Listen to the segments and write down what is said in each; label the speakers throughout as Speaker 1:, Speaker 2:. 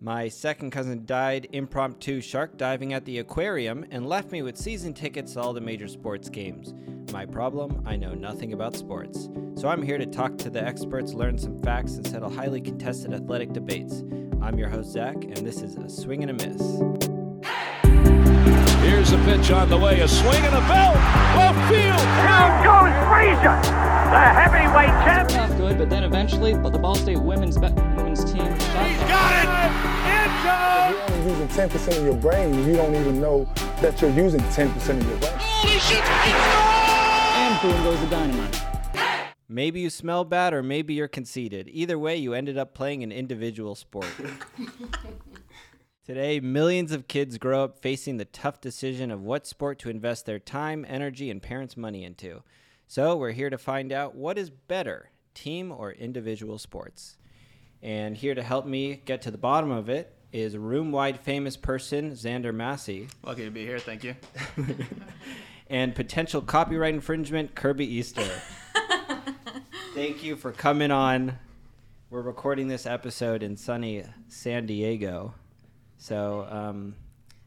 Speaker 1: My second cousin died impromptu shark diving at the aquarium and left me with season tickets to all the major sports games. My problem I know nothing about sports. So I'm here to talk to the experts, learn some facts, and settle highly contested athletic debates. I'm your host, Zach, and this is A Swing and a Miss.
Speaker 2: Here's a pitch on the way, a swing and a belt, left field.
Speaker 3: Down goes Frazier, the heavyweight champion.
Speaker 4: not good, but then eventually, but the Ball State women's be- women's team shot
Speaker 2: Got it.
Speaker 5: only using 10% of your brain, you don't even know that you're using 10% of your brain.
Speaker 2: Holy shit! He
Speaker 4: and boom goes the dynamite.
Speaker 1: Maybe you smell bad or maybe you're conceited. Either way, you ended up playing an individual sport. Today, millions of kids grow up facing the tough decision of what sport to invest their time, energy, and parents' money into. So, we're here to find out what is better, team or individual sports. And here to help me get to the bottom of it is room wide famous person Xander Massey
Speaker 6: Lucky to be here, thank you.
Speaker 1: and potential copyright infringement, Kirby Easter. Thank you for coming on. We're recording this episode in sunny San Diego. So, um,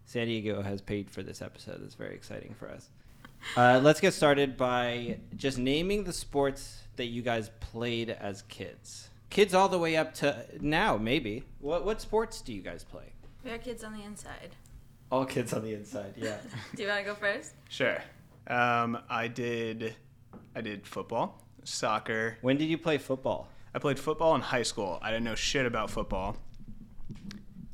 Speaker 1: San Diego has paid for this episode. That's very exciting for us. Uh, let's get started by just naming the sports that you guys played as kids. Kids all the way up to now, maybe. What, what sports do you guys play?
Speaker 7: We are kids on the inside.
Speaker 1: All kids on the inside, yeah.
Speaker 7: Do you want to go first?
Speaker 6: Sure. Um, I did, I did football, soccer.
Speaker 1: When did you play football?
Speaker 6: I played football in high school. I didn't know shit about football,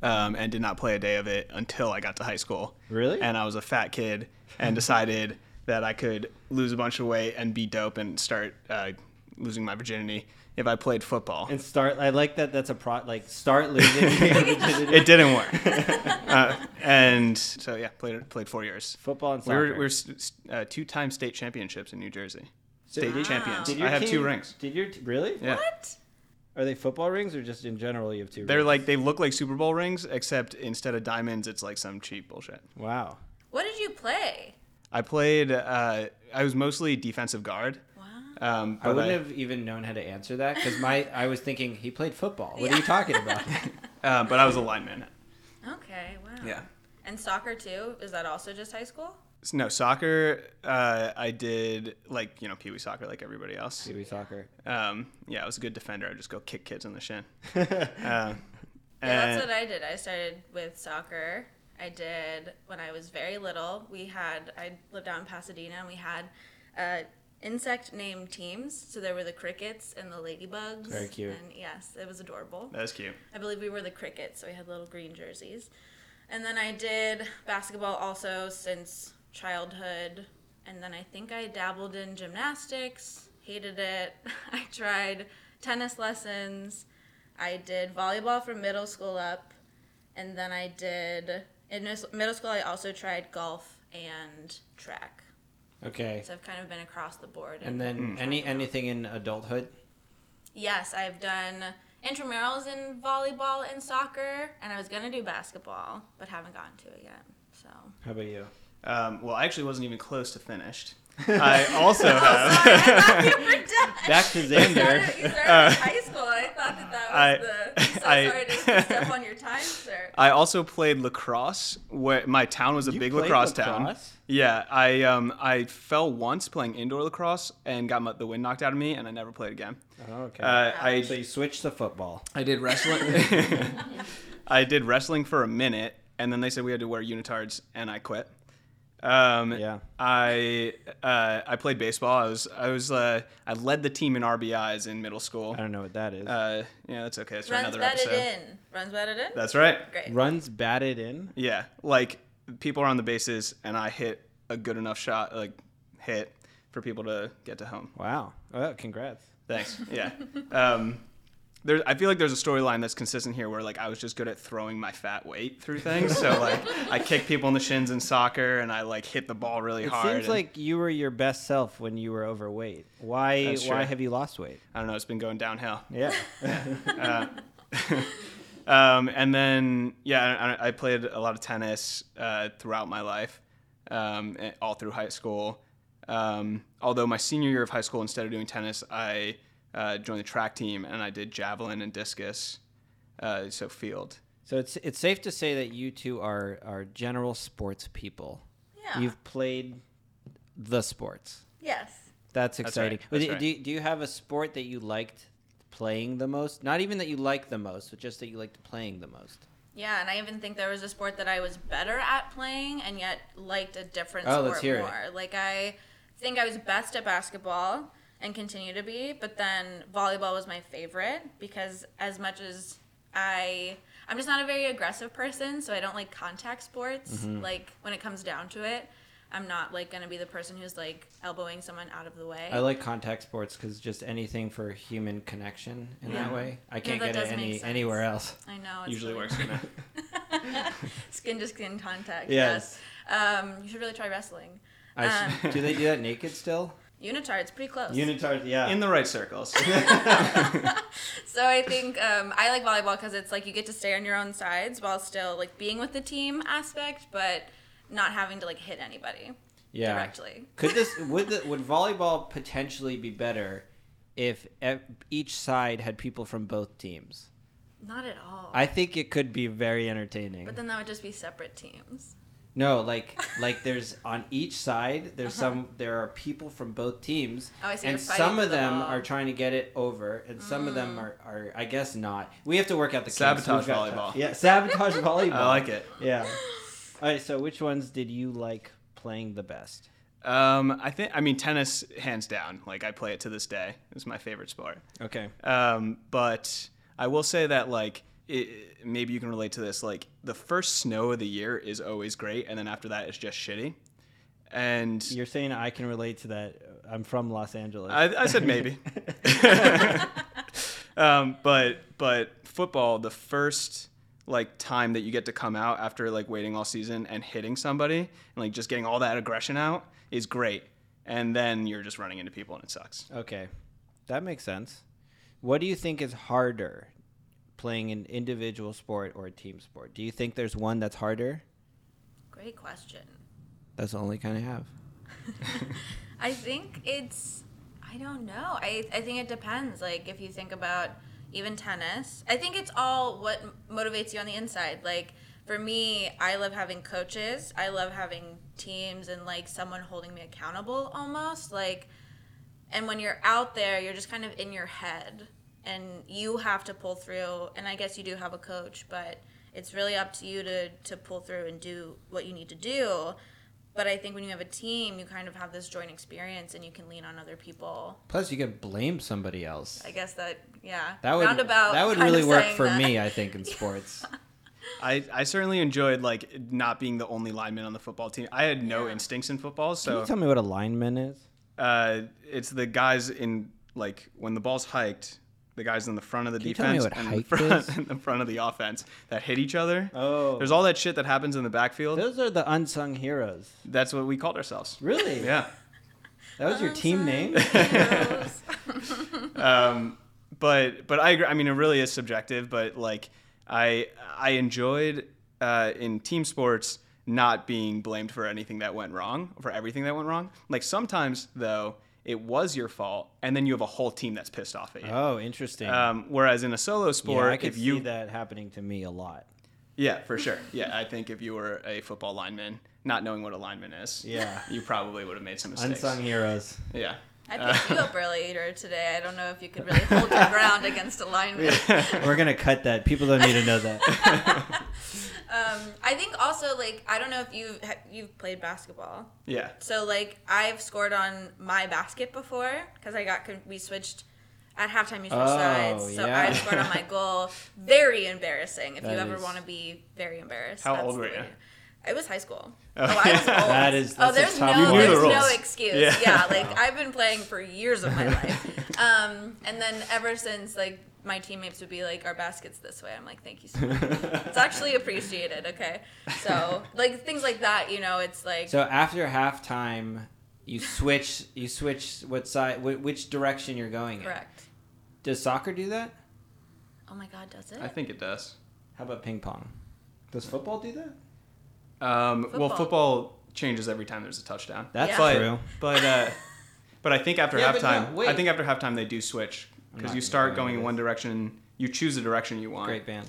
Speaker 6: um, and did not play a day of it until I got to high school.
Speaker 1: Really?
Speaker 6: And I was a fat kid, and decided that I could lose a bunch of weight and be dope and start uh, losing my virginity if I played football.
Speaker 1: And start. I like that. That's a pro. Like start losing.
Speaker 6: it didn't work. uh, and so yeah, played played four years.
Speaker 1: Football and
Speaker 6: We
Speaker 1: soccer.
Speaker 6: were, we were s- s- uh, two-time state championships in New Jersey. State
Speaker 1: Wow.
Speaker 6: champions.
Speaker 1: Did
Speaker 6: I
Speaker 1: your
Speaker 6: have two
Speaker 1: team-
Speaker 6: rings.
Speaker 1: Did your t- really?
Speaker 6: Yeah.
Speaker 7: What?
Speaker 1: Are they football rings or just in general you have two?
Speaker 6: They're
Speaker 1: rings?
Speaker 6: like they look like Super Bowl rings, except instead of diamonds, it's like some cheap bullshit.
Speaker 1: wow.
Speaker 7: What did you play?
Speaker 6: I played. Uh, I was mostly defensive guard. Wow. Um,
Speaker 1: I
Speaker 6: but
Speaker 1: wouldn't have even known how to answer that because my I was thinking he played football. What are you talking about?
Speaker 6: uh, but I was a lineman.
Speaker 7: Okay, wow. And soccer too? Is that also just high school?
Speaker 6: S- No soccer. Uh, I did like you know pee wee soccer like everybody else.
Speaker 1: Maybe soccer.
Speaker 6: Um, yeah, I was a good defender. I would just go kick kids in the shin. Uh,
Speaker 1: Uh,
Speaker 7: Yeah, that's what I did. I started with soccer. I did when I was very little. We had I lived out in Pasadena and we had uh, insect named teams. So there were the crickets and the ladybugs.
Speaker 1: Very cute.
Speaker 7: And yes, it was adorable.
Speaker 6: That was cute.
Speaker 7: I believe we were the Crickets, so we had little green jerseys. And then I did basketball also since childhood. And then I think I dabbled in gymnastics, hated it. I tried tennis lessons. I did volleyball from middle school up. And then I did, in mis- middle school, I also tried golf and track.
Speaker 1: Okay.
Speaker 7: So I've kind of been across the board.
Speaker 1: And then any anything in adulthood.
Speaker 7: Yes, I've done intramurals in volleyball and soccer, and I was gonna do basketball, but haven't gotten to it yet. So
Speaker 1: How about you?
Speaker 6: Um, well, I actually wasn't even close to finished. I also have.
Speaker 7: you were done.
Speaker 1: Back to
Speaker 7: You started,
Speaker 1: Xander.
Speaker 7: you started in high school. I thought that that
Speaker 6: I-
Speaker 7: was the. I'm so
Speaker 6: I-
Speaker 7: sorry to step on your time, sir.
Speaker 6: I also played lacrosse. Where my town was a
Speaker 1: You
Speaker 6: big
Speaker 1: played
Speaker 6: lacrosse, town.
Speaker 1: lacrosse?
Speaker 6: Yeah, I um I fell once playing indoor lacrosse and got my, the wind knocked out of me, and I never played again.
Speaker 1: oh, okay.
Speaker 6: Uh, I
Speaker 1: so you switched to football.
Speaker 6: I did wrestling. I did wrestling for a minute, and then they said we had to wear unitards, and I quit. Um,
Speaker 1: Yeah.
Speaker 6: I uh, I played baseball. I was I was uh, I led the team in RBIs in middle school.
Speaker 1: I don't know what that is.
Speaker 6: Uh, yeah, that's okay. That's for
Speaker 7: Runs
Speaker 6: another
Speaker 7: batted
Speaker 6: episode.
Speaker 7: in. Runs batted in.
Speaker 6: That's right.
Speaker 7: Great.
Speaker 1: Runs batted in.
Speaker 6: Yeah, like people are on the bases, and I hit a good enough shot, like hit for people to get to home.
Speaker 1: Wow. Oh, congrats.
Speaker 6: Thanks. Yeah. um, there, I feel like there's a storyline that's consistent here, where like I was just good at throwing my fat weight through things. So like I kick people in the shins in soccer, and I like hit the ball really
Speaker 1: It
Speaker 6: hard.
Speaker 1: seems
Speaker 6: and-
Speaker 1: like you were your best self when you were overweight. Why?
Speaker 6: That's
Speaker 1: Why
Speaker 6: true.
Speaker 1: have you lost weight?
Speaker 6: I don't know. It's been going downhill.
Speaker 1: Yeah.
Speaker 6: Um, and then yeah, I, I played a lot of tennis uh, throughout my life, um, and all through high school. Um, although my senior year of high school, instead of doing tennis, I uh, joined the track team and I did javelin and discus, uh, so field.
Speaker 1: So it's it's safe to say that you two are are general sports people.
Speaker 7: Yeah.
Speaker 1: You've played the sports.
Speaker 7: yes.
Speaker 1: That's
Speaker 6: right.
Speaker 1: exciting.
Speaker 6: That's
Speaker 1: do,
Speaker 6: right.
Speaker 1: do, do you have a sport that you liked playing the most? Not even that you liked the most, but just that you liked playing the most.
Speaker 7: Yeah, and I even think there was a sport that I was better at playing and yet liked a different
Speaker 1: Oh,
Speaker 7: sport
Speaker 1: let's hear it.
Speaker 7: more. Like I think I was best at basketball and continue to be, but then volleyball was my favorite because as much as I I'm just not a very aggressive person, so I don't like contact sports.
Speaker 1: Mm-hmm.
Speaker 7: Like when it comes down to it, I'm not like going to be the person who's like elbowing someone out of the way.
Speaker 1: I like contact sports because just anything for human connection in that way. I can't get
Speaker 7: that does
Speaker 1: it
Speaker 7: make
Speaker 1: any
Speaker 7: sense.
Speaker 1: anywhere else.
Speaker 7: I know it's
Speaker 6: Usually
Speaker 7: really-
Speaker 6: works. Gonna,
Speaker 7: skin to skin contact.
Speaker 1: Yes.
Speaker 7: yes. Um, you should really try wrestling.
Speaker 1: I s- do they do that naked still?
Speaker 7: Unitar, it's pretty close.
Speaker 1: Unitard, yeah.
Speaker 6: in the right circles.
Speaker 7: So I think um, I like volleyball because it's like you get to stay on your own sides while still like being with the team aspect, but not having to like hit anybody
Speaker 1: yeah.
Speaker 7: directly.
Speaker 1: Could this would the, would volleyball potentially be better if e- each side had people from both teams?
Speaker 7: Not at all.
Speaker 1: I think it could be very entertaining.
Speaker 7: but then that would just be separate teams.
Speaker 1: No, like like there's on each side there's some there are people from both teams.
Speaker 7: Uh-huh. Oh, I see,
Speaker 1: And
Speaker 7: they're fighting
Speaker 1: some
Speaker 7: for
Speaker 1: of
Speaker 7: the
Speaker 1: them
Speaker 7: ball. Mm.
Speaker 1: are trying to get it over and some of them are, are I guess not. We have to work out the kinks. We've
Speaker 6: Sabotage
Speaker 1: got-
Speaker 6: volleyball.
Speaker 1: Yeah, sabotage volleyball.
Speaker 6: I like it.
Speaker 1: Yeah. All right, so which ones did you like playing the best?
Speaker 6: Um, I think I mean tennis, hands down. Like I play it to this day. It's my favorite sport.
Speaker 1: Okay.
Speaker 6: Um, but I will say that like it, maybe you can relate to this. Like the first snow of the year is always great, and then after that it's just shitty. And
Speaker 1: You're saying I can relate to that. uh, I'm from Los Angeles.
Speaker 6: I, I said maybe. um, but but football, the first like time that you get to come out after like waiting all season and hitting somebody and like just getting all that aggression out is great. And then you're just running into people and it sucks.
Speaker 1: Okay, that makes sense. What do you think is harder, playing an individual sport or a team sport? Do you think there's one that's harder?
Speaker 7: Great question.
Speaker 1: That's the only kind I have.
Speaker 7: I think it's I don't know. I I think it depends. Like if you think about even tennis, I think it's all what m- motivates you on the inside. Like for me, I love having coaches. I love having teams and like someone holding me accountable almost. Like and when you're out there, you're just kind of in your head and you have to pull through and I guess you do have a coach, but it's really up to you to to pull through and do what you need to do. But I think when you have a team, you kind of have this joint experience and you can lean on other people.
Speaker 1: Plus, you could blame somebody else.
Speaker 7: I guess that, yeah.
Speaker 1: That would
Speaker 7: Roundabout
Speaker 1: that would
Speaker 7: kind of
Speaker 1: really work
Speaker 7: saying
Speaker 1: for
Speaker 7: that.
Speaker 1: me. I think in sports.
Speaker 6: I, I certainly enjoyed like not being the only lineman on the football team. I had no instincts in football,
Speaker 1: Can
Speaker 6: so
Speaker 1: you tell me what a lineman is?
Speaker 6: uh, it's the guys in like when the ball's hiked, the guys in the front of the
Speaker 1: Can you tell me
Speaker 6: defense
Speaker 1: what
Speaker 6: and the
Speaker 1: hiked
Speaker 6: front,
Speaker 1: is?
Speaker 6: and the front of the offense that hit each other.
Speaker 1: Oh.
Speaker 6: there's all that shit that happens in the backfield.
Speaker 1: Those are the unsung heroes.
Speaker 6: That's what we called ourselves.
Speaker 1: Really?
Speaker 6: Yeah.
Speaker 1: That was your team name.
Speaker 6: But but I agree. I mean, it really is subjective. But like, I I enjoyed uh, in team sports not being blamed for anything that went wrong, for everything that went wrong. Like sometimes though, it was your fault, and then you have a whole team that's pissed off at you.
Speaker 1: Oh, interesting.
Speaker 6: Um, whereas in a solo
Speaker 1: yeah,
Speaker 6: sport,
Speaker 1: I could
Speaker 6: if you
Speaker 1: see that happening to me a lot.
Speaker 6: yeah, for sure, yeah, I think if you were a football lineman, not knowing what a lineman is,
Speaker 1: Yeah.
Speaker 6: you probably would have made some mistakes.
Speaker 1: Unsung heroes.
Speaker 6: Yeah.
Speaker 7: I picked you up earlier today. I don't know if you could really hold your ground against a lineman.
Speaker 1: We're gonna cut that. People don't need to know that.
Speaker 7: I think also, like, I don't know if you've, ha- you've played basketball.
Speaker 6: Yeah.
Speaker 7: So like I've scored on my basket before because I got con- we switched at halftime. You switched
Speaker 1: Oh,
Speaker 7: sides, so
Speaker 1: yeah.
Speaker 7: I scored on my goal. Very embarrassing. If
Speaker 1: That
Speaker 7: you ever
Speaker 1: is-
Speaker 7: want to be very embarrassed.
Speaker 6: How
Speaker 7: that's
Speaker 6: old
Speaker 7: the
Speaker 6: were
Speaker 7: way
Speaker 6: you?
Speaker 7: to- It was high school. Oh, I was old.
Speaker 1: That is-
Speaker 7: Oh,
Speaker 1: that's a
Speaker 7: there's
Speaker 1: tough-
Speaker 7: no,
Speaker 1: You knew the
Speaker 7: there's no
Speaker 6: rules.
Speaker 7: excuse.
Speaker 6: Yeah.
Speaker 7: Yeah. like I've been playing for years of my life, um, and then ever since, like my teammates would be like, "Our baskets this way." I'm like, "Thank you so much." it's actually appreciated. Okay, so like things like that, you know, it's like
Speaker 1: So after halftime, you switch. You switch what side, wh- which direction you're going. in.
Speaker 7: correct.
Speaker 1: Does soccer do that?
Speaker 7: Oh my God, does it?
Speaker 6: I think it does.
Speaker 1: How about ping pong? Does football do that?
Speaker 6: Um, Well,
Speaker 7: Football.
Speaker 6: football changes every time there's a touchdown.
Speaker 1: That's
Speaker 7: Yeah.
Speaker 6: but,
Speaker 1: true.
Speaker 6: But uh, but I think after
Speaker 1: Yeah, but
Speaker 6: halftime,
Speaker 1: no, wait.
Speaker 6: I think after halftime they do switch
Speaker 1: not
Speaker 6: because you
Speaker 1: gonna
Speaker 6: start
Speaker 1: go
Speaker 6: going
Speaker 1: into
Speaker 6: in one direction. You choose the direction you want.
Speaker 1: Great band.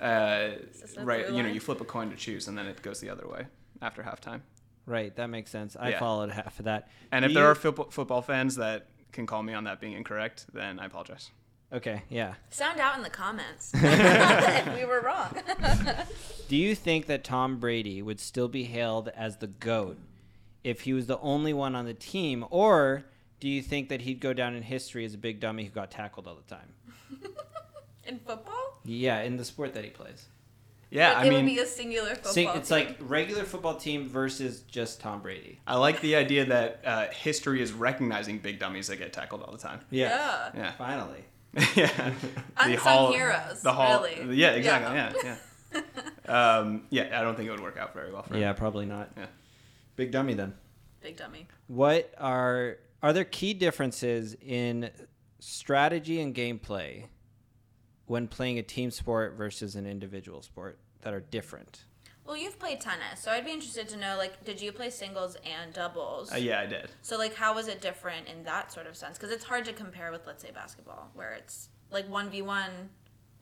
Speaker 6: uh,
Speaker 7: Is that
Speaker 6: right,
Speaker 7: the
Speaker 6: you know,
Speaker 7: line?
Speaker 6: you flip a coin to choose, and then it goes the other way after halftime.
Speaker 1: Right, that makes sense. I
Speaker 6: Yeah.
Speaker 1: followed half of that.
Speaker 6: And
Speaker 1: Do
Speaker 6: if there
Speaker 1: you-
Speaker 6: are football, football fans that can call me on that being incorrect, then I apologize.
Speaker 1: okay, yeah.
Speaker 7: Sound out in the comments. if we were wrong.
Speaker 1: Do you think that Tom Brady would still be hailed as the GOAT if he was the only one on the team? Or do you think that he'd go down in history as a big dummy who got tackled all the time?
Speaker 7: in football?
Speaker 1: Yeah, in the sport that he plays.
Speaker 6: Yeah,
Speaker 7: Like,
Speaker 6: I
Speaker 7: it
Speaker 6: mean,
Speaker 7: would be a singular football.
Speaker 1: See, it's
Speaker 7: team.
Speaker 1: like regular football team versus just Tom Brady.
Speaker 6: I like the idea that uh, history is recognizing big dummies that get tackled all the time.
Speaker 7: Yeah.
Speaker 6: Yeah.
Speaker 1: Finally.
Speaker 6: yeah.
Speaker 7: Unsung heroes, really.
Speaker 6: Yeah, exactly. Yeah,
Speaker 7: Yeah.
Speaker 6: yeah. Yeah. um, yeah, I don't think it would work out very well for him.
Speaker 1: Yeah, probably not.
Speaker 6: Yeah.
Speaker 1: Big dummy then.
Speaker 7: Big dummy.
Speaker 1: What are are there key differences in strategy and gameplay when playing a team sport versus an individual sport that are different?
Speaker 7: Well, you've played tennis, so I'd be interested to know like, did you play singles and doubles?
Speaker 6: Uh, yeah, I did.
Speaker 7: So, like, how was it different in that sort of sense? Because it's hard to compare with, let's say, basketball, where it's like 1v1,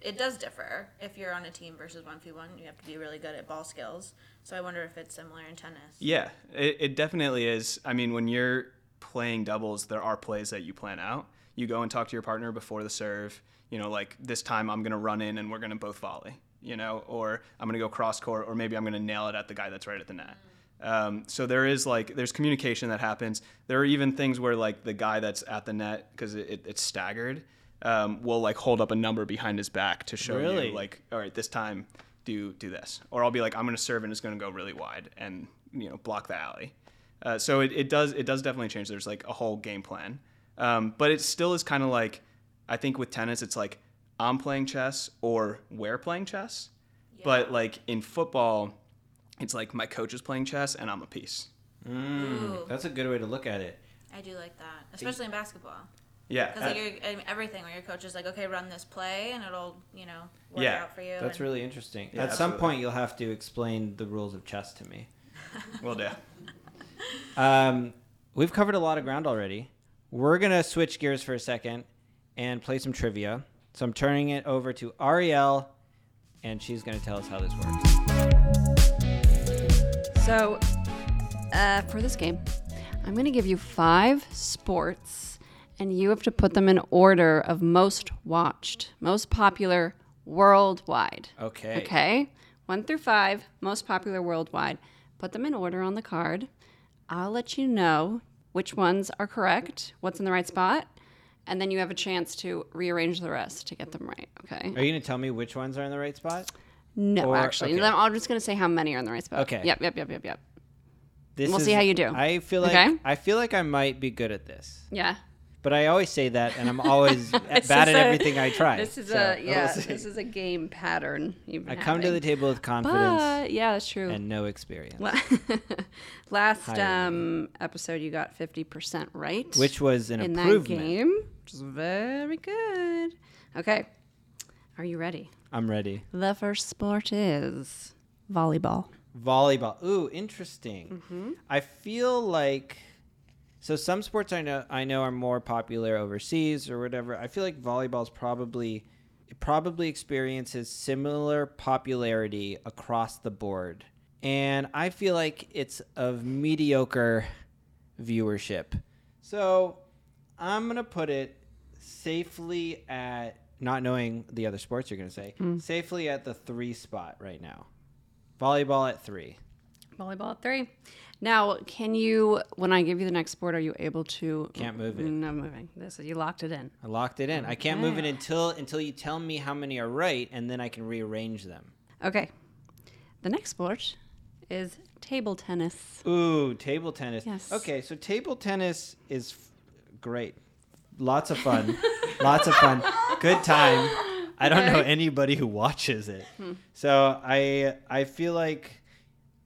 Speaker 7: it does differ. If you're on a team versus 1v1, you have to be really good at ball skills. So, I wonder if it's similar in tennis.
Speaker 6: Yeah, it, it definitely is. I mean, when you're playing doubles, there are plays that you plan out. You go and talk to your partner before the serve. You know, like this time I'm going to run in and we're going to both volley, you know, or I'm going to go cross court, or maybe I'm going to nail it at the guy that's right at the net. Um, so there is like, there's communication that happens. There are even things where like the guy that's at the net, because it, it, it's staggered, um, will like hold up a number behind his back to show
Speaker 1: Really?
Speaker 6: you like, like, all right, this time do do this, or I'll be like, I'm gonna serve and it's gonna go really wide and you know block the alley. Uh, so it, it does it does definitely change. There's like a whole game plan, um, but it still is kind of like I think with tennis, it's like I'm playing chess or we're playing chess, but like in football, it's like my coach is playing chess and I'm a piece.
Speaker 7: Ooh,
Speaker 1: That's a good way to look at it.
Speaker 7: I do like that, especially in basketball.
Speaker 6: Yeah, uh,
Speaker 7: Because,
Speaker 1: Uh,
Speaker 7: like, you're, I mean, everything where your coach is like, okay, run this play, and it'll, you know, work
Speaker 6: Yeah,
Speaker 7: out for you.
Speaker 1: That's
Speaker 7: and-
Speaker 1: really interesting.
Speaker 6: Yeah,
Speaker 1: At some
Speaker 6: absolutely.
Speaker 1: point, you'll have to explain the rules of chess to me.
Speaker 6: well, do.
Speaker 1: Um, we've covered a lot of ground already. We're gonna switch gears for a second and play some trivia. So I'm turning it over to Ariel, and she's gonna tell us how this works.
Speaker 8: So, uh, for this game, I'm going to give you five sports, and you have to put them in order of most watched, most popular worldwide.
Speaker 1: Okay.
Speaker 8: Okay. One through five, most popular worldwide. Put them in order on the card. I'll let you know which ones are correct, what's in the right spot, and then you have a chance to rearrange the rest to get them right. Okay.
Speaker 1: Are you gonna tell me which ones are in the right spot?
Speaker 8: no,
Speaker 1: or-
Speaker 8: actually,
Speaker 1: okay.
Speaker 8: I'm I'm just going to say how many are in the right spot.
Speaker 1: Okay.
Speaker 8: Yep. Yep. Yep. Yep. Yep.
Speaker 1: This
Speaker 8: We'll see how you do.
Speaker 1: I feel like
Speaker 8: Okay.
Speaker 1: I feel like I might be good at this,
Speaker 8: Yeah.
Speaker 1: but I always say that, and I'm always
Speaker 8: This
Speaker 1: bad at
Speaker 8: is a-
Speaker 1: everything I try.
Speaker 8: This is
Speaker 1: So,
Speaker 8: a
Speaker 1: we'll
Speaker 8: yeah.
Speaker 1: see.
Speaker 8: This is a game pattern. You've
Speaker 1: I
Speaker 8: been
Speaker 1: come to the
Speaker 8: having.
Speaker 1: table with confidence
Speaker 8: But yeah, that's true.
Speaker 1: and no experience,
Speaker 8: Last
Speaker 1: Higher
Speaker 8: um, episode, you got fifty percent right,
Speaker 1: which was an
Speaker 8: in that
Speaker 1: improvement.
Speaker 8: game, which is very good. Okay, are you ready?
Speaker 1: I'm ready.
Speaker 8: The first sport is volleyball.
Speaker 1: volleyball. Ooh, interesting. I feel like so some sports I know I know are more popular overseas or whatever. I feel like volleyball's probably it probably experiences similar popularity across the board. And I feel like it's of mediocre viewership. So I'm going to put it safely at not knowing the other sports you're going to say, safely at the 3 spot right now. Volleyball at three.
Speaker 8: Volleyball at three. Now, can you? When I give you the next sport, are you able to?
Speaker 1: Can't move it.
Speaker 8: No moving. This is you locked it in.
Speaker 1: I locked it in. I can't move it until until you tell me how many are right, and then I can rearrange them.
Speaker 8: Okay. The next sport is table tennis.
Speaker 1: Ooh, table tennis.
Speaker 8: Yes.
Speaker 1: Okay, so table tennis is f- great. Lots of fun. Lots of fun. Good time. I don't know anybody who watches it. So I I feel like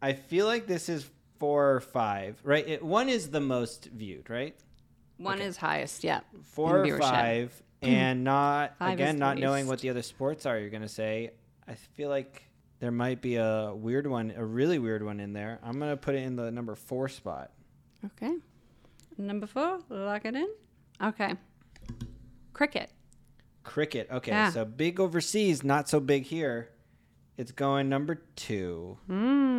Speaker 1: I feel like this is four or five, right? It, one is the most viewed, right?
Speaker 8: One is highest, yeah.
Speaker 1: four
Speaker 8: in
Speaker 1: or
Speaker 8: viewership.
Speaker 1: five, and not
Speaker 8: Five is
Speaker 1: again
Speaker 8: the
Speaker 1: not knowing
Speaker 8: least.
Speaker 1: what the other sports are. You're gonna say, I feel like there might be a weird one, a really weird one in there. I'm gonna put it in the number four spot.
Speaker 8: Okay. Number four, lock it in. Okay. Cricket.
Speaker 1: Cricket. Okay,
Speaker 8: Yeah.
Speaker 1: so big overseas, not so big here. It's going number two.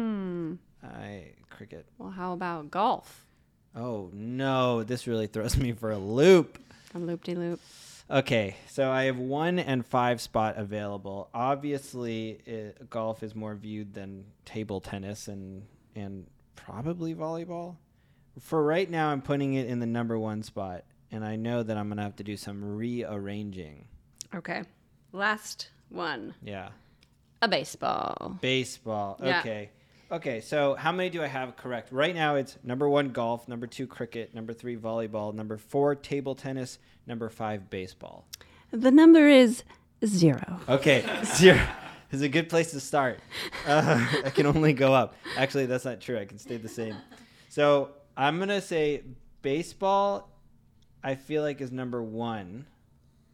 Speaker 8: Hmm.
Speaker 1: I cricket.
Speaker 8: Well, how about golf?
Speaker 1: Oh no, this really throws me for a loop.
Speaker 8: A loop de loop.
Speaker 1: Okay, so I have one and five spot available. Obviously, it, golf is more viewed than table tennis and and probably volleyball. For right now, I'm putting it in the number one spot, and I know that I'm gonna have to do some rearranging.
Speaker 8: Okay. Last one.
Speaker 1: Yeah,
Speaker 8: A baseball.
Speaker 1: baseball.
Speaker 8: Yeah.
Speaker 1: Okay, okay. So how many do I have correct right now? It's number one golf, number two cricket, number three volleyball, number four table tennis, number five baseball.
Speaker 8: The number is zero.
Speaker 1: Okay, zero is a good place to start. Uh, I can only go up. Actually, that's not true. I can stay the same. So I'm gonna say baseball. I feel like is number one.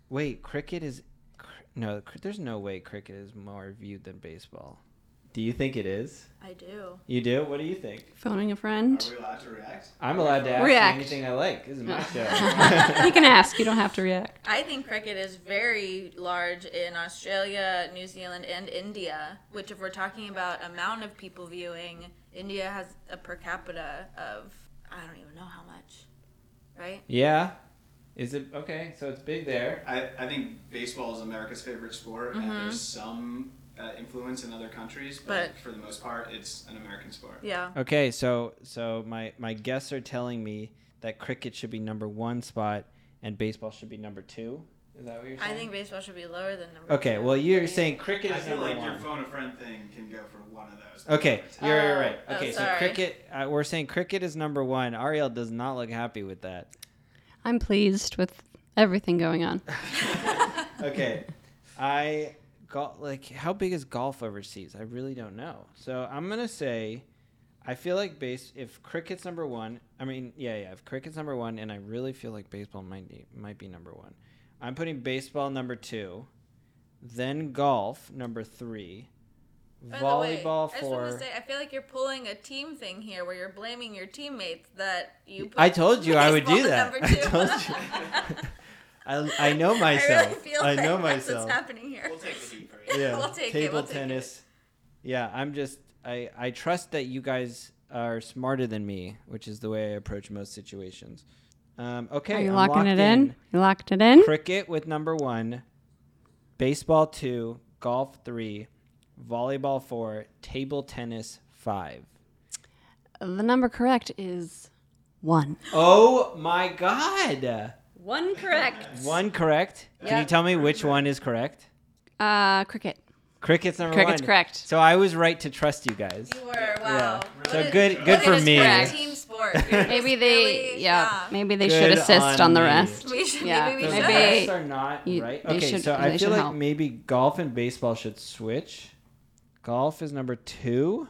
Speaker 1: Wait, cricket is cr- no. cr- There's no way cricket is more viewed than baseball. Do you think it is?
Speaker 7: I do.
Speaker 1: You do. What do you think?
Speaker 8: Phoning a friend.
Speaker 6: allowed to react?
Speaker 1: I'm allowed to ask
Speaker 8: React.
Speaker 1: anything I like. This is my show.
Speaker 8: you can ask. You don't have to react.
Speaker 7: I think cricket is very large in Australia, New Zealand, and India, which, if we're talking about amount of people viewing, India has a per capita of, I don't even know how much, right?
Speaker 1: yeah. Is it okay? So it's big there.
Speaker 6: I, I think baseball is America's favorite sport, and there's some uh, influence in other countries, but,
Speaker 7: But-
Speaker 6: for the most part, it's an American sport.
Speaker 7: Yeah.
Speaker 1: Okay, so so my my guests are telling me that cricket should be number one spot and baseball should be number two. Is that what you're saying?
Speaker 7: I think baseball should be lower than number
Speaker 1: Okay,
Speaker 7: two.
Speaker 1: well you're saying cricket
Speaker 6: I
Speaker 1: is
Speaker 6: feel
Speaker 1: number
Speaker 6: like
Speaker 1: one.
Speaker 6: your phone a friend thing can go for one of those.
Speaker 1: Okay, you're, you're
Speaker 7: Oh,
Speaker 1: right.
Speaker 7: oh,
Speaker 1: Okay, so
Speaker 7: sorry.
Speaker 1: cricket, uh, we're saying cricket is number one. Ariel does not look happy with that.
Speaker 8: I'm pleased with everything going on.
Speaker 1: Okay, I got like how big is golf overseas? I really don't know. So I'm gonna say, I feel like base if cricket's number one. I mean, yeah, yeah. If cricket's number one, and I really feel like baseball might be, might be number one. I'm putting baseball number two, then golf number three,
Speaker 7: By the way,
Speaker 1: volleyball
Speaker 7: I just
Speaker 1: four.
Speaker 7: want to say, I feel like you're pulling a team thing here where you're blaming your teammates that you put
Speaker 1: I told you I would do
Speaker 7: baseball
Speaker 1: that. I
Speaker 7: number two.
Speaker 1: told you. I, I know myself. I,
Speaker 7: really feel like
Speaker 1: know
Speaker 7: that's
Speaker 1: myself.
Speaker 7: what's happening here.
Speaker 6: We'll take the heat for
Speaker 7: Yeah.
Speaker 6: you.
Speaker 7: We'll take it,
Speaker 1: table
Speaker 7: we'll take
Speaker 1: tennis. Yeah, I'm just I I trust that you guys are smarter than me, which is the way I approach most situations. Um, okay,
Speaker 8: Are you
Speaker 1: I'm
Speaker 8: locking
Speaker 1: locked
Speaker 8: it in? You locked it in?
Speaker 1: Cricket with number one, baseball two, golf three, volleyball four, table tennis five.
Speaker 8: The number correct is one.
Speaker 1: Oh my God!
Speaker 8: One correct.
Speaker 1: One correct. Can you
Speaker 8: Yep.
Speaker 1: tell me which one is correct?
Speaker 8: Uh, cricket.
Speaker 1: Cricket's number one.
Speaker 8: Cricket's correct.
Speaker 1: So I was right to trust you guys.
Speaker 7: You were wow. What
Speaker 1: So
Speaker 7: a-
Speaker 1: good-
Speaker 7: what
Speaker 1: good
Speaker 7: a
Speaker 1: for me.
Speaker 7: discreet Team sport. You're
Speaker 8: Maybe
Speaker 7: just
Speaker 8: they,
Speaker 7: really-
Speaker 8: yeah, Maybe they
Speaker 1: Good
Speaker 8: should assist
Speaker 1: on
Speaker 8: on, the
Speaker 1: me.
Speaker 8: rest.
Speaker 7: We should.
Speaker 8: Yeah,
Speaker 7: Maybe we
Speaker 1: Those
Speaker 7: should.
Speaker 8: maybe-
Speaker 1: guests are not
Speaker 8: you-
Speaker 1: right.
Speaker 8: they
Speaker 1: Okay,
Speaker 8: should-
Speaker 1: so I
Speaker 8: they
Speaker 1: feel
Speaker 8: should
Speaker 1: like
Speaker 8: help.
Speaker 1: maybe golf and baseball should switch. Golf is number two,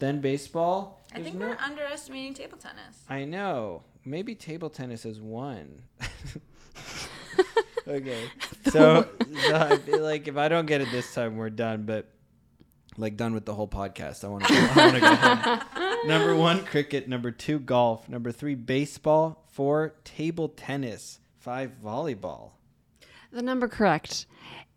Speaker 1: then baseball.
Speaker 7: I
Speaker 1: There's
Speaker 7: think
Speaker 1: no-
Speaker 7: we're underestimating table tennis.
Speaker 1: I know. Maybe table tennis is one. okay. So, so I feel like if I don't get it this time, we're done. But like done with the whole podcast. I want to. I want to go home. number one, cricket. Number two, golf. Number three, baseball. Four, table tennis. Five, volleyball.
Speaker 8: The number correct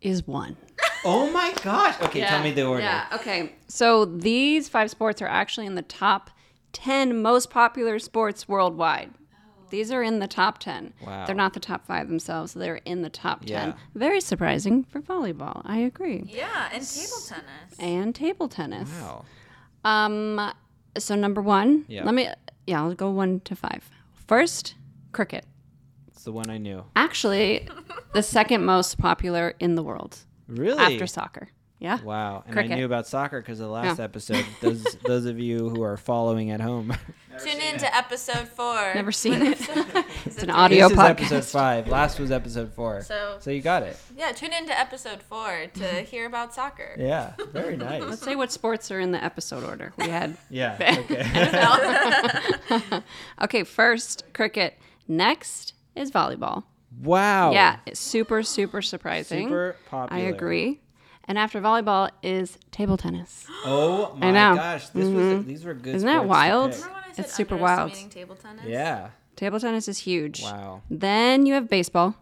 Speaker 8: is one.
Speaker 1: Oh my gosh. Okay, tell me the order.
Speaker 8: Yeah, okay. So these five sports are actually in the top 10 most popular sports worldwide. These are in the top 10.
Speaker 1: Wow.
Speaker 8: They're not the top five themselves, they're in the top 10.
Speaker 1: Yeah.
Speaker 8: Very surprising for volleyball. I agree.
Speaker 7: Yeah, and table tennis.
Speaker 8: And table tennis.
Speaker 1: Wow.
Speaker 8: Um, so number one,
Speaker 1: Yeah.
Speaker 8: let me, yeah, I'll go one to five. First, cricket.
Speaker 1: It's the one I knew.
Speaker 8: Actually, the second most popular in the world
Speaker 1: Really?
Speaker 8: after soccer. Yeah.
Speaker 1: Wow, and I
Speaker 8: Cricket.
Speaker 1: knew about soccer because the last
Speaker 8: Yeah.
Speaker 1: episode. Those those of you who are following at home,
Speaker 7: Tune in to episode four.
Speaker 8: Never seen it. it's
Speaker 1: this
Speaker 8: an audio
Speaker 1: is episode
Speaker 8: podcast.
Speaker 1: five. Last was episode four.
Speaker 7: So-
Speaker 1: so you got it.
Speaker 7: Yeah, tune in to episode four to hear about soccer.
Speaker 1: Yeah, very nice.
Speaker 8: Say what sports are in the episode order we had.
Speaker 1: Yeah. Okay.
Speaker 8: Okay, first cricket. Next is volleyball.
Speaker 1: wow.
Speaker 8: Yeah, it's super super surprising.
Speaker 1: Oh. Super
Speaker 8: I
Speaker 1: popular.
Speaker 8: agree. And after volleyball is table tennis.
Speaker 1: Oh my
Speaker 8: know. Mm-hmm.
Speaker 1: gosh, this was these were good.
Speaker 8: Isn't that
Speaker 1: sports to
Speaker 8: wild?
Speaker 1: pick.
Speaker 7: Remember when I said
Speaker 8: It's super wild.
Speaker 7: underestimating Table tennis.
Speaker 1: Yeah.
Speaker 8: Table tennis is huge.
Speaker 1: Wow.
Speaker 8: Then you Mm-hmm. have baseball.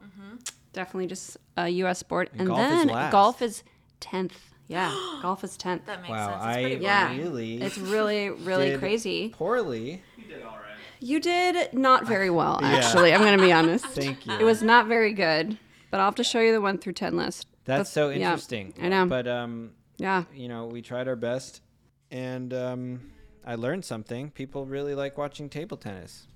Speaker 8: Definitely just a U.S. sport, and,
Speaker 1: golf is
Speaker 8: then
Speaker 1: last.
Speaker 8: golf is tenth. Yeah, golf is 10th.
Speaker 7: That makes
Speaker 1: Wow,
Speaker 7: sense. It's pretty
Speaker 1: I-
Speaker 7: boring.
Speaker 8: yeah.
Speaker 1: really
Speaker 8: It's really, really
Speaker 1: did
Speaker 8: crazy.
Speaker 1: Poorly.
Speaker 8: You did not very well, actually. I'm going to be honest.
Speaker 1: Thank you.
Speaker 8: It was not very good, but I'll have to show you the one through 10 list.
Speaker 1: That's so
Speaker 8: yeah,
Speaker 1: interesting.
Speaker 8: I know.
Speaker 1: But um,
Speaker 8: Yeah.
Speaker 1: you know, we tried our best, and um, I learned something. People really like watching table tennis.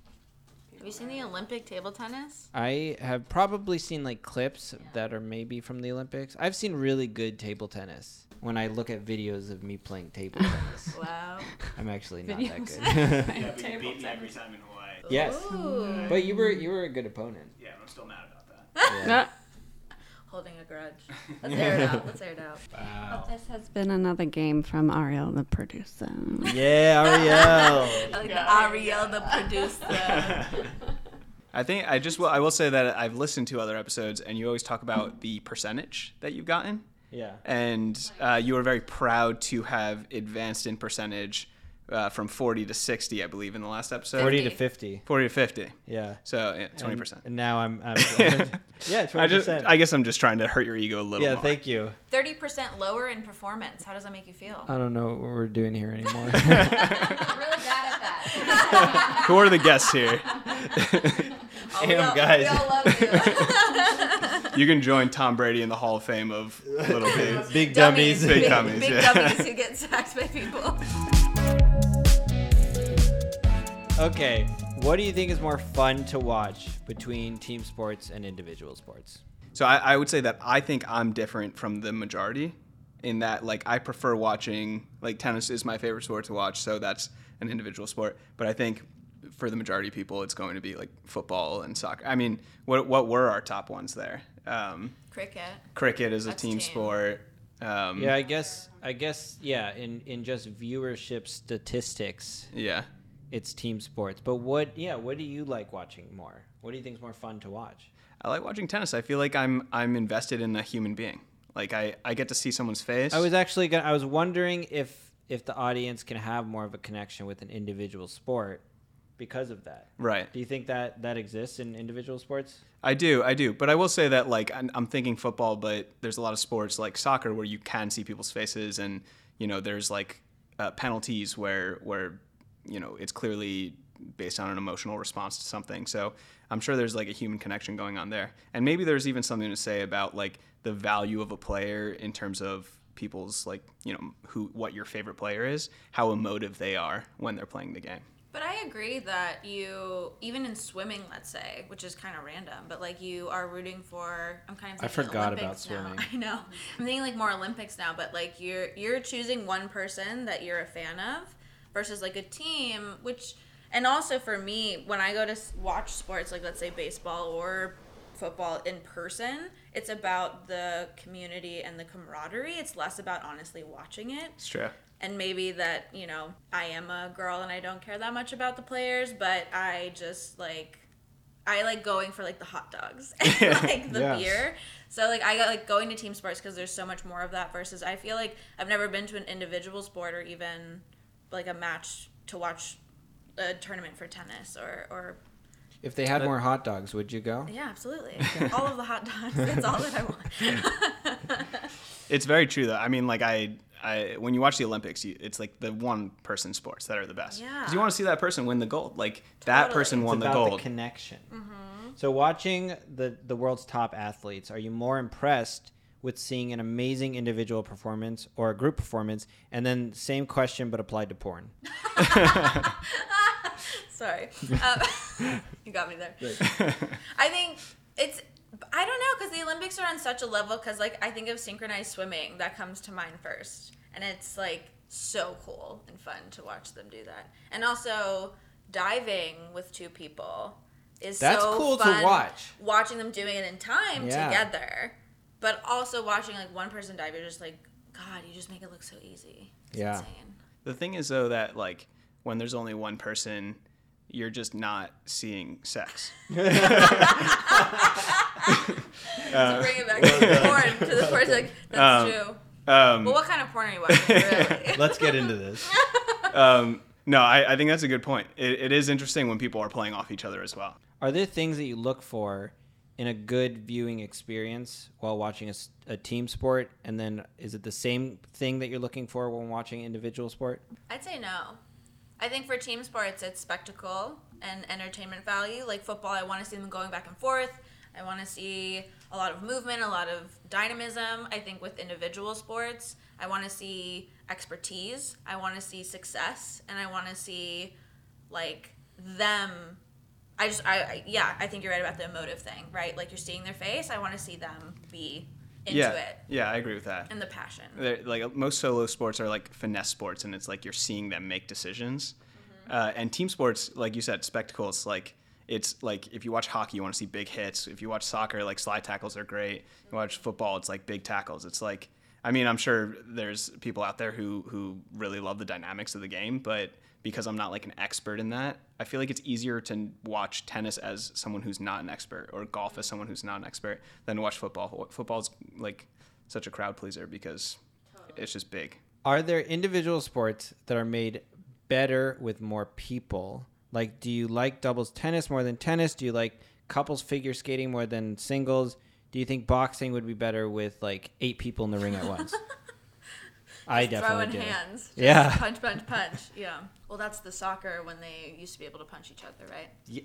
Speaker 7: Have you seen the Olympic table tennis?
Speaker 1: I have probably seen like clips that are maybe from the Olympics. I've seen really good table tennis. When I look at videos of me playing table tennis,
Speaker 7: Wow.
Speaker 1: I'm actually not that good.
Speaker 6: Beaten every time in Hawaii.
Speaker 1: yes,
Speaker 7: Ooh.
Speaker 1: but you were you were a good opponent.
Speaker 6: Yeah, I'm still mad about that.
Speaker 8: No.
Speaker 7: Holding a grudge. Let's air it out. Let's air it out.
Speaker 8: This has been another game from Ariel, the producer.
Speaker 1: Yeah, Ariel.
Speaker 7: I like the Ariel, the producer.
Speaker 6: I think I just will. I will say that I've listened to other episodes, and you always talk about the percentage that you've gotten,
Speaker 1: yeah.
Speaker 6: and uh, you were very proud to have advanced in percentage uh, from 40 to 60, I believe, in the last episode.
Speaker 1: 40 to 50.
Speaker 6: 40 to 50.
Speaker 1: Yeah.
Speaker 6: So yeah, 20 percent.
Speaker 1: And now I'm. I'm yeah, 20%.
Speaker 6: I just. I guess I'm just trying to hurt your ego a little.
Speaker 1: yeah,
Speaker 6: more.
Speaker 1: thank you.
Speaker 7: 30% lower in performance. How does that make you feel?
Speaker 1: I don't know what we're doing here anymore.
Speaker 7: I'm really bad at that.
Speaker 6: Who are the guests here?
Speaker 1: Damn, guys.
Speaker 7: We all love you.
Speaker 6: You can join Tom Brady in the Hall of Fame of little dudes.
Speaker 1: Big dummies.
Speaker 6: Big dummies,
Speaker 7: Big
Speaker 6: yeah.
Speaker 7: dummies who get sacked by people.
Speaker 1: Okay, what do you think is more fun to watch between team sports and individual sports?
Speaker 6: So I, I would say that I think I'm different from the majority in that like I prefer watching like tennis is my favorite sport to watch, so that's an individual sport. But I think for the majority of people it's going to be like football and soccer. I mean, what what were our top ones there? Um,
Speaker 7: Cricket.
Speaker 6: cricket is a
Speaker 7: That's
Speaker 6: team,
Speaker 7: team.
Speaker 6: sport. Um,
Speaker 1: Yeah, I guess I guess yeah, in in just viewership statistics,
Speaker 6: yeah.
Speaker 1: it's team sports. But what yeah, what do you like watching more? What do you think is more fun to watch?
Speaker 6: I like watching tennis. I feel like I'm I'm invested in a human being. Like I, I get to see someone's face.
Speaker 1: I was actually gonna, I was wondering if if the audience can have more of a connection with an individual sport because of that.
Speaker 6: right.
Speaker 1: Do you think that that exists in individual sports?
Speaker 6: I do, I do. But I will say that like I'm, I'm thinking football, but there's a lot of sports like soccer where you can see people's faces, and you know there's like uh, penalties where where you know it's clearly based on an emotional response to something. So I'm sure there's like a human connection going on there, and maybe there's even something to say about like the value of a player in terms of people's like you know who what your favorite player is, how emotive they are when they're playing the game.
Speaker 7: But I agree that you, even in swimming, let's say, which is kind of random, but like you are rooting for. I'm kind of.
Speaker 1: I
Speaker 7: thinking
Speaker 1: forgot about
Speaker 7: Olympics now.
Speaker 1: swimming.
Speaker 7: I know. I'm thinking like more Olympics now, but like you're you're choosing one person that you're a fan of, versus like a team, which, and also for me, when I go to s- watch sports, like let's say baseball or football in person, it's about the community and the camaraderie. It's less about honestly watching it
Speaker 6: It's true.
Speaker 7: and maybe that you know i am a girl and i don't care that much about the players but i just like i like going for like the hot dogs and like the
Speaker 1: Yes.
Speaker 7: beer so like i got like going to team sports because there's so much more of that versus i feel like i've never been to an individual sport or even like a match to watch a tournament for tennis or or
Speaker 1: If they had more hot dogs, would you go?
Speaker 7: yeah absolutely all of the hot dogs that's all that i want
Speaker 6: It's very true though. I mean, like I, I when you watch the Olympics, you, it's like the one person sports that are the best. Because you
Speaker 7: Yeah.
Speaker 6: want to see that person win the gold. Like that
Speaker 7: Totally.
Speaker 6: person
Speaker 7: It's
Speaker 6: won
Speaker 1: it's
Speaker 6: the
Speaker 1: about
Speaker 6: gold.
Speaker 1: the connection. So watching the the world's top athletes, are you more impressed with seeing an amazing individual performance or a group performance? And then same question but applied to porn.
Speaker 7: Sorry. Um, you got me there. I think it's. I don't know because the Olympics are on such a level. Because like I think of synchronized swimming, that comes to mind first, and it's like so cool and fun to watch them do that. And also diving with two people is
Speaker 1: That's
Speaker 7: so
Speaker 1: cool to
Speaker 7: fun
Speaker 1: watch.
Speaker 7: Watching them doing it in time
Speaker 1: Yeah.
Speaker 7: together, but also watching like one person dive, you're just like, God, you just make it look so easy. It's
Speaker 1: Yeah.
Speaker 7: insane.
Speaker 6: the thing is though that like when there's only one person, you're just not seeing sex.
Speaker 7: to bring it back to the porn to the porn. It's like that's true.
Speaker 6: uh, um,
Speaker 7: well, what kind of porn are you watching? Really?
Speaker 1: Let's get into this.
Speaker 6: Um, No, I, I think that's a good point. It, it is interesting when people are playing off each other as well.
Speaker 1: Are there things that you look for in a good viewing experience while watching a, s- a team sport? And then is it the same thing that you're looking for when watching individual sport?
Speaker 7: I'd say no. I think for team sports, it's spectacle and entertainment value. Like football, I want to see them going back and forth. I want to see a lot of movement, a lot of dynamism. I think with individual sports, I want to see expertise. I want to see success, and I want to see like them. I just, I, I yeah, I think you're right about the emotive thing, right? Like you're seeing their face. I want to see them be into
Speaker 6: yeah,
Speaker 7: it
Speaker 6: yeah, I agree with that.
Speaker 7: and the passion.
Speaker 6: They're- like most solo sports are like finesse sports, and it's like you're seeing them make decisions. Uh, and team sports, like you said, spectacles. Like it's like if you watch hockey, you want to see big hits. If you watch soccer, like slide tackles are great. You watch football, it's like big tackles. It's like I mean, I'm sure there's people out there who who really love the dynamics of the game, but because I'm not like an expert in that, I feel like it's easier to n- watch tennis as someone who's not an expert or golf as someone who's not an expert than to watch football. Football's like such a crowd pleaser because it's just big.
Speaker 1: Are there individual sports that are made better with more people? Like, do you like doubles tennis more than tennis? Do you like couples figure skating more than singles? Do you think boxing would be better with like eight people in the ring at once? I definitely
Speaker 7: throwing
Speaker 1: do.
Speaker 7: hands. Just
Speaker 1: Yeah.
Speaker 7: Punch, punch, punch. Yeah. Well, that's the soccer when they used to be able to punch each other, right?
Speaker 1: Yeah.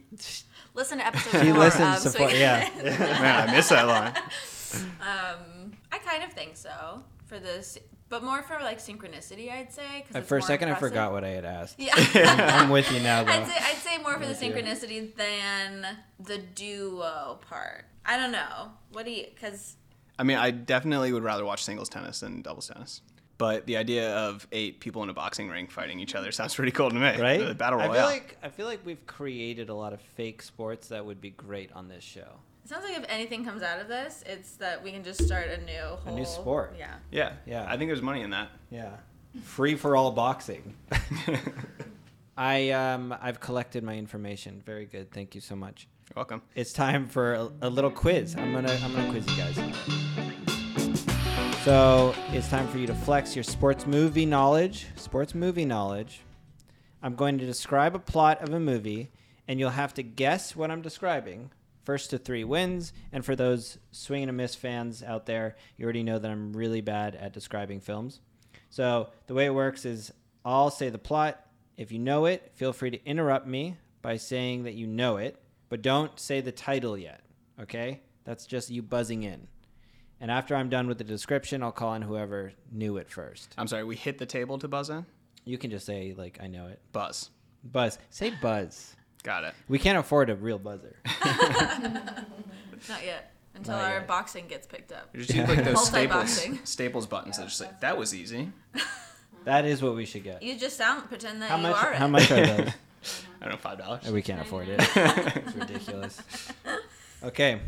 Speaker 7: Listen to episode
Speaker 1: He
Speaker 7: four
Speaker 1: listens
Speaker 7: of
Speaker 1: to fo-
Speaker 7: Swing-
Speaker 1: yeah.
Speaker 6: Man, I miss that line.
Speaker 7: I kind of think so for this, but more for like synchronicity, I'd say. 'cause
Speaker 1: Uh,
Speaker 7: it's
Speaker 1: For a
Speaker 7: more
Speaker 1: second, I
Speaker 7: impressive.
Speaker 1: forgot what I had asked.
Speaker 7: Yeah.
Speaker 1: I'm with you now,
Speaker 7: I'd
Speaker 1: though.
Speaker 7: say I'd say more for the synchronicity than the duo part. I don't know. What do you? Because
Speaker 6: I mean, I definitely would rather watch singles tennis than doubles tennis. But the idea of eight people in a boxing ring fighting each other sounds pretty cool to me.
Speaker 1: right?
Speaker 6: The battle
Speaker 1: I
Speaker 6: royale.
Speaker 1: feel like I feel like we've created a lot of fake sports that would be great on this show.
Speaker 7: it sounds like if anything comes out of this, it's that we can just start a new whole
Speaker 1: new sport.
Speaker 7: Yeah.
Speaker 6: yeah,
Speaker 1: Yeah.
Speaker 6: I think there's money in that.
Speaker 1: Yeah. Free for all boxing. I um I've collected my information. Very good. Thank you so much.
Speaker 6: You're welcome.
Speaker 1: It's time for a, a little quiz. I'm gonna I'm gonna quiz you guys. So it's time for you to flex your sports movie knowledge. Sports movie knowledge. I'm going to describe a plot of a movie, and you'll have to guess what I'm describing. First to three wins. And for those swing and a miss fans out there, you already know that I'm really bad at describing films. So the way it works is I'll say the plot. If you know it, feel free to interrupt me by saying that you know it, but don't say the title yet. Okay? That's just you buzzing in. And after I'm done with the description, I'll call on whoever knew it first.
Speaker 6: I'm sorry, we hit the table to buzz in?
Speaker 1: You can just say like I know it.
Speaker 6: Buzz.
Speaker 1: Buzz. Say buzz.
Speaker 6: Got it.
Speaker 1: We can't afford a real buzzer.
Speaker 7: Not yet. Until
Speaker 1: Not
Speaker 7: our
Speaker 1: yet.
Speaker 7: boxing gets picked up.
Speaker 6: You just need like those staples,
Speaker 7: Multi-boxing.
Speaker 6: staples buttons. That just like, that was easy.
Speaker 1: That is what we should get.
Speaker 7: You just sound pretend that
Speaker 1: How
Speaker 7: you
Speaker 1: much
Speaker 7: are
Speaker 1: how
Speaker 7: it.
Speaker 1: much are those?
Speaker 6: I don't know, five dollars.
Speaker 1: We can't afford it. it's ridiculous. Okay.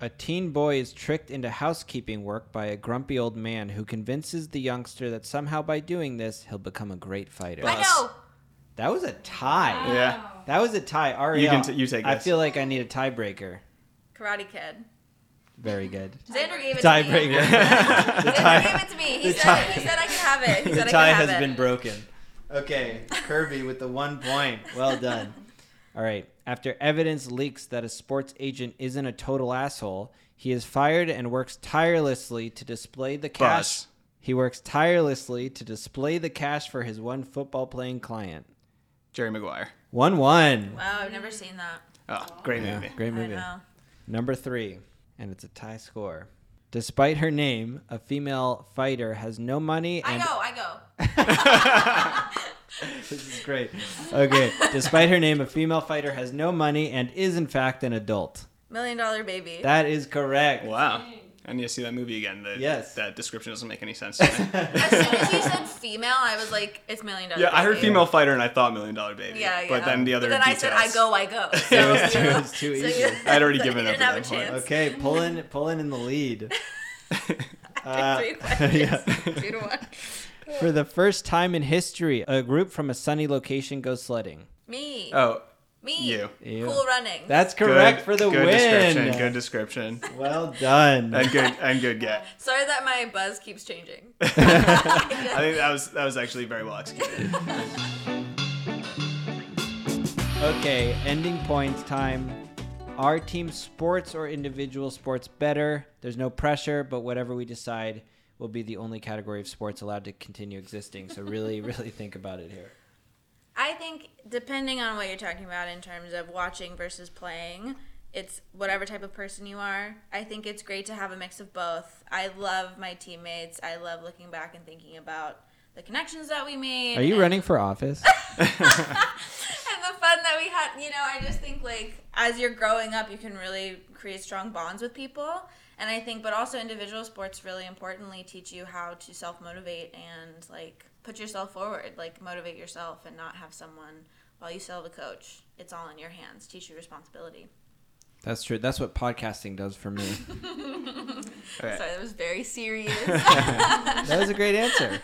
Speaker 1: A teen boy is tricked into housekeeping work by a grumpy old man who convinces the youngster that somehow by doing this he'll become a great fighter.
Speaker 7: I know.
Speaker 1: That was a tie.
Speaker 6: Yeah.
Speaker 1: That was a tie. Ariel,
Speaker 6: can t- you take
Speaker 1: I
Speaker 6: this.
Speaker 1: feel like I need a tiebreaker.
Speaker 7: Karate Kid.
Speaker 1: Very good.
Speaker 7: Xander gave it to me.
Speaker 1: Tiebreaker.
Speaker 7: Xander gave it to me. He said, he said I could have it. He
Speaker 1: the
Speaker 7: said I could
Speaker 1: tie
Speaker 7: have
Speaker 1: has
Speaker 7: it.
Speaker 1: been broken. Okay, Kirby with the one point. Well done. All right. After evidence leaks that a sports agent isn't a total asshole, he is fired and works tirelessly to display the cash.
Speaker 6: Buzz.
Speaker 1: He works tirelessly to display the cash for his one football playing client.
Speaker 6: Jerry Maguire.
Speaker 1: One one.
Speaker 7: Wow, I've never seen that. Oh.
Speaker 6: Oh, great movie.
Speaker 1: Great
Speaker 7: I
Speaker 1: movie.
Speaker 7: know.
Speaker 1: Number three, and it's a tie score. Despite her name, a female fighter has no money
Speaker 7: I
Speaker 1: and
Speaker 7: go, I go.
Speaker 1: This is great. Okay. Despite her name, a female fighter has no money and is in fact an adult.
Speaker 7: Million Dollar Baby.
Speaker 1: That is correct.
Speaker 6: Wow. I need to see that movie again. The,
Speaker 1: Yes.
Speaker 6: That description doesn't make any sense to me.
Speaker 7: As soon as you said female, I was like, it's Million Dollar
Speaker 6: yeah,
Speaker 7: Baby.
Speaker 6: I heard female fighter and I thought million dollar baby.
Speaker 7: Yeah, yeah.
Speaker 6: But then the other
Speaker 7: But then
Speaker 6: details.
Speaker 7: I said, I go, I go. So,
Speaker 1: It was too, it was too
Speaker 7: so
Speaker 1: easy.
Speaker 7: you-
Speaker 6: I'd already
Speaker 7: so
Speaker 6: given
Speaker 7: you
Speaker 6: up
Speaker 7: didn't
Speaker 6: at
Speaker 7: have a
Speaker 6: that point.
Speaker 7: chance.
Speaker 1: Okay, pulling pulling in the lead.
Speaker 6: Uh,
Speaker 7: Three questions. Two to one.
Speaker 1: For the first time in history, a group from a sunny location goes sledding.
Speaker 7: Me.
Speaker 6: Oh,
Speaker 7: me.
Speaker 6: you.
Speaker 1: You.
Speaker 7: Cool running.
Speaker 1: That's correct
Speaker 6: good,
Speaker 1: for the
Speaker 6: good
Speaker 1: win.
Speaker 6: description. Good description.
Speaker 1: Well done.
Speaker 6: and good and good get.
Speaker 7: Sorry that my buzz keeps changing.
Speaker 6: I think that was that was actually very well executed.
Speaker 1: Okay, ending points time. Are team sports or individual sports better? There's no pressure, but whatever we decide will be the only category of sports allowed to continue existing. So really, really think about it here.
Speaker 7: I think depending on what you're talking about in terms of watching versus playing, it's whatever type of person you are. I think it's great to have a mix of both. I love my teammates. I love looking back and thinking about the connections that we made.
Speaker 1: Are you
Speaker 7: and-
Speaker 1: running for office?
Speaker 7: and the fun that we had, you know, I just think like as you're growing up, you can really create strong bonds with people. And I think, but also individual sports really importantly teach you how to self motivate and like put yourself forward, like motivate yourself and not have someone while you still have a coach. It's all in your hands. Teach you responsibility.
Speaker 1: That's true. That's what podcasting does for me.
Speaker 7: So it was very serious.
Speaker 1: That was a great answer.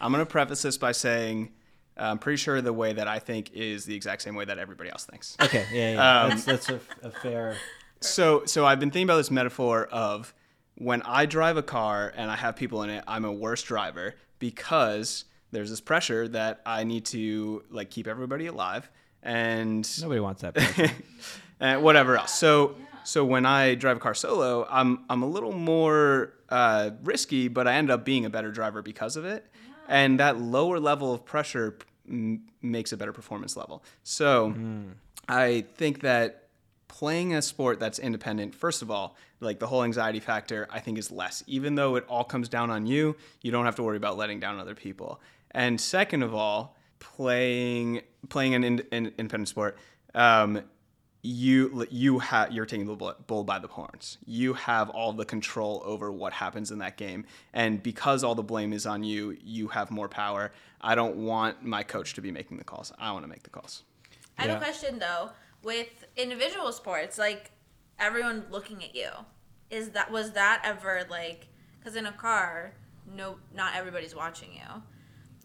Speaker 6: I'm going to preface this by saying uh, I'm pretty sure the way that I think is the exact same way that everybody else thinks.
Speaker 1: Okay, yeah, yeah. that's that's a, a fair.
Speaker 6: So, so I've been thinking about this metaphor of when I drive a car and I have people in it, I'm a worse driver because there's this pressure that I need to like keep everybody alive and
Speaker 1: Nobody wants that. person.
Speaker 6: and Uh, whatever else. So so when I drive a car solo, I'm I'm a little more uh, risky, but I end up being a better driver because of it. And that lower level of pressure m- makes a better performance level. So I think that playing a sport that's independent, first of all, like the whole anxiety factor, I think is less. Even though it all comes down on you, you don't have to worry about letting down other people. And second of all, playing playing an, in, an independent sport, um, you you have you're taking the bull- bull by the horns. You have all the control over what happens in that game, and because all the blame is on you, you have more power. I don't want my coach to be making the calls. I want to make the calls.
Speaker 7: I have
Speaker 1: Yeah.
Speaker 7: a question though. With individual sports, like everyone looking at you, is that was that ever like? Because in a car, no, not everybody's watching you.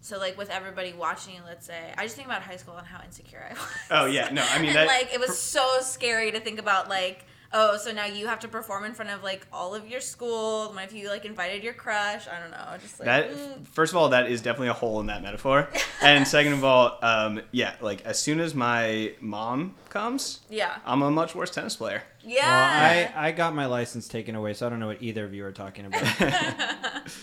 Speaker 7: So like with everybody watching you, let's say, I just think about high school and how insecure I was.
Speaker 6: Oh, yeah. No, I mean,
Speaker 7: And,
Speaker 6: that-
Speaker 7: like it was so scary to think about like. Oh, so now you have to perform in front of like all of your school. What if you like invited your crush? I don't know. Just like
Speaker 6: That
Speaker 7: mm.
Speaker 6: first of all, that is definitely a hole in that metaphor, and second of all, um, yeah, like as soon as my mom comes,
Speaker 7: Yeah.
Speaker 6: I'm a much worse tennis player.
Speaker 7: yeah.
Speaker 1: I I got my license taken away, so I don't know what either of you are talking about.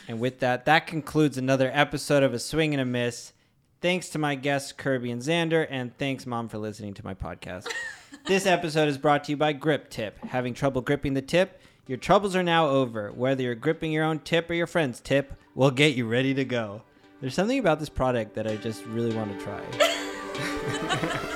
Speaker 1: and with that, that concludes another episode of A Swing and a Miss. Thanks to my guests Kirby and Xander, and thanks mom for listening to my podcast. this episode is brought to you by Grip Tip. Having trouble gripping the tip? Your troubles are now over. Whether you're gripping your own tip or your friend's tip, we'll get you ready to go. There's something about this product that I just really want to try.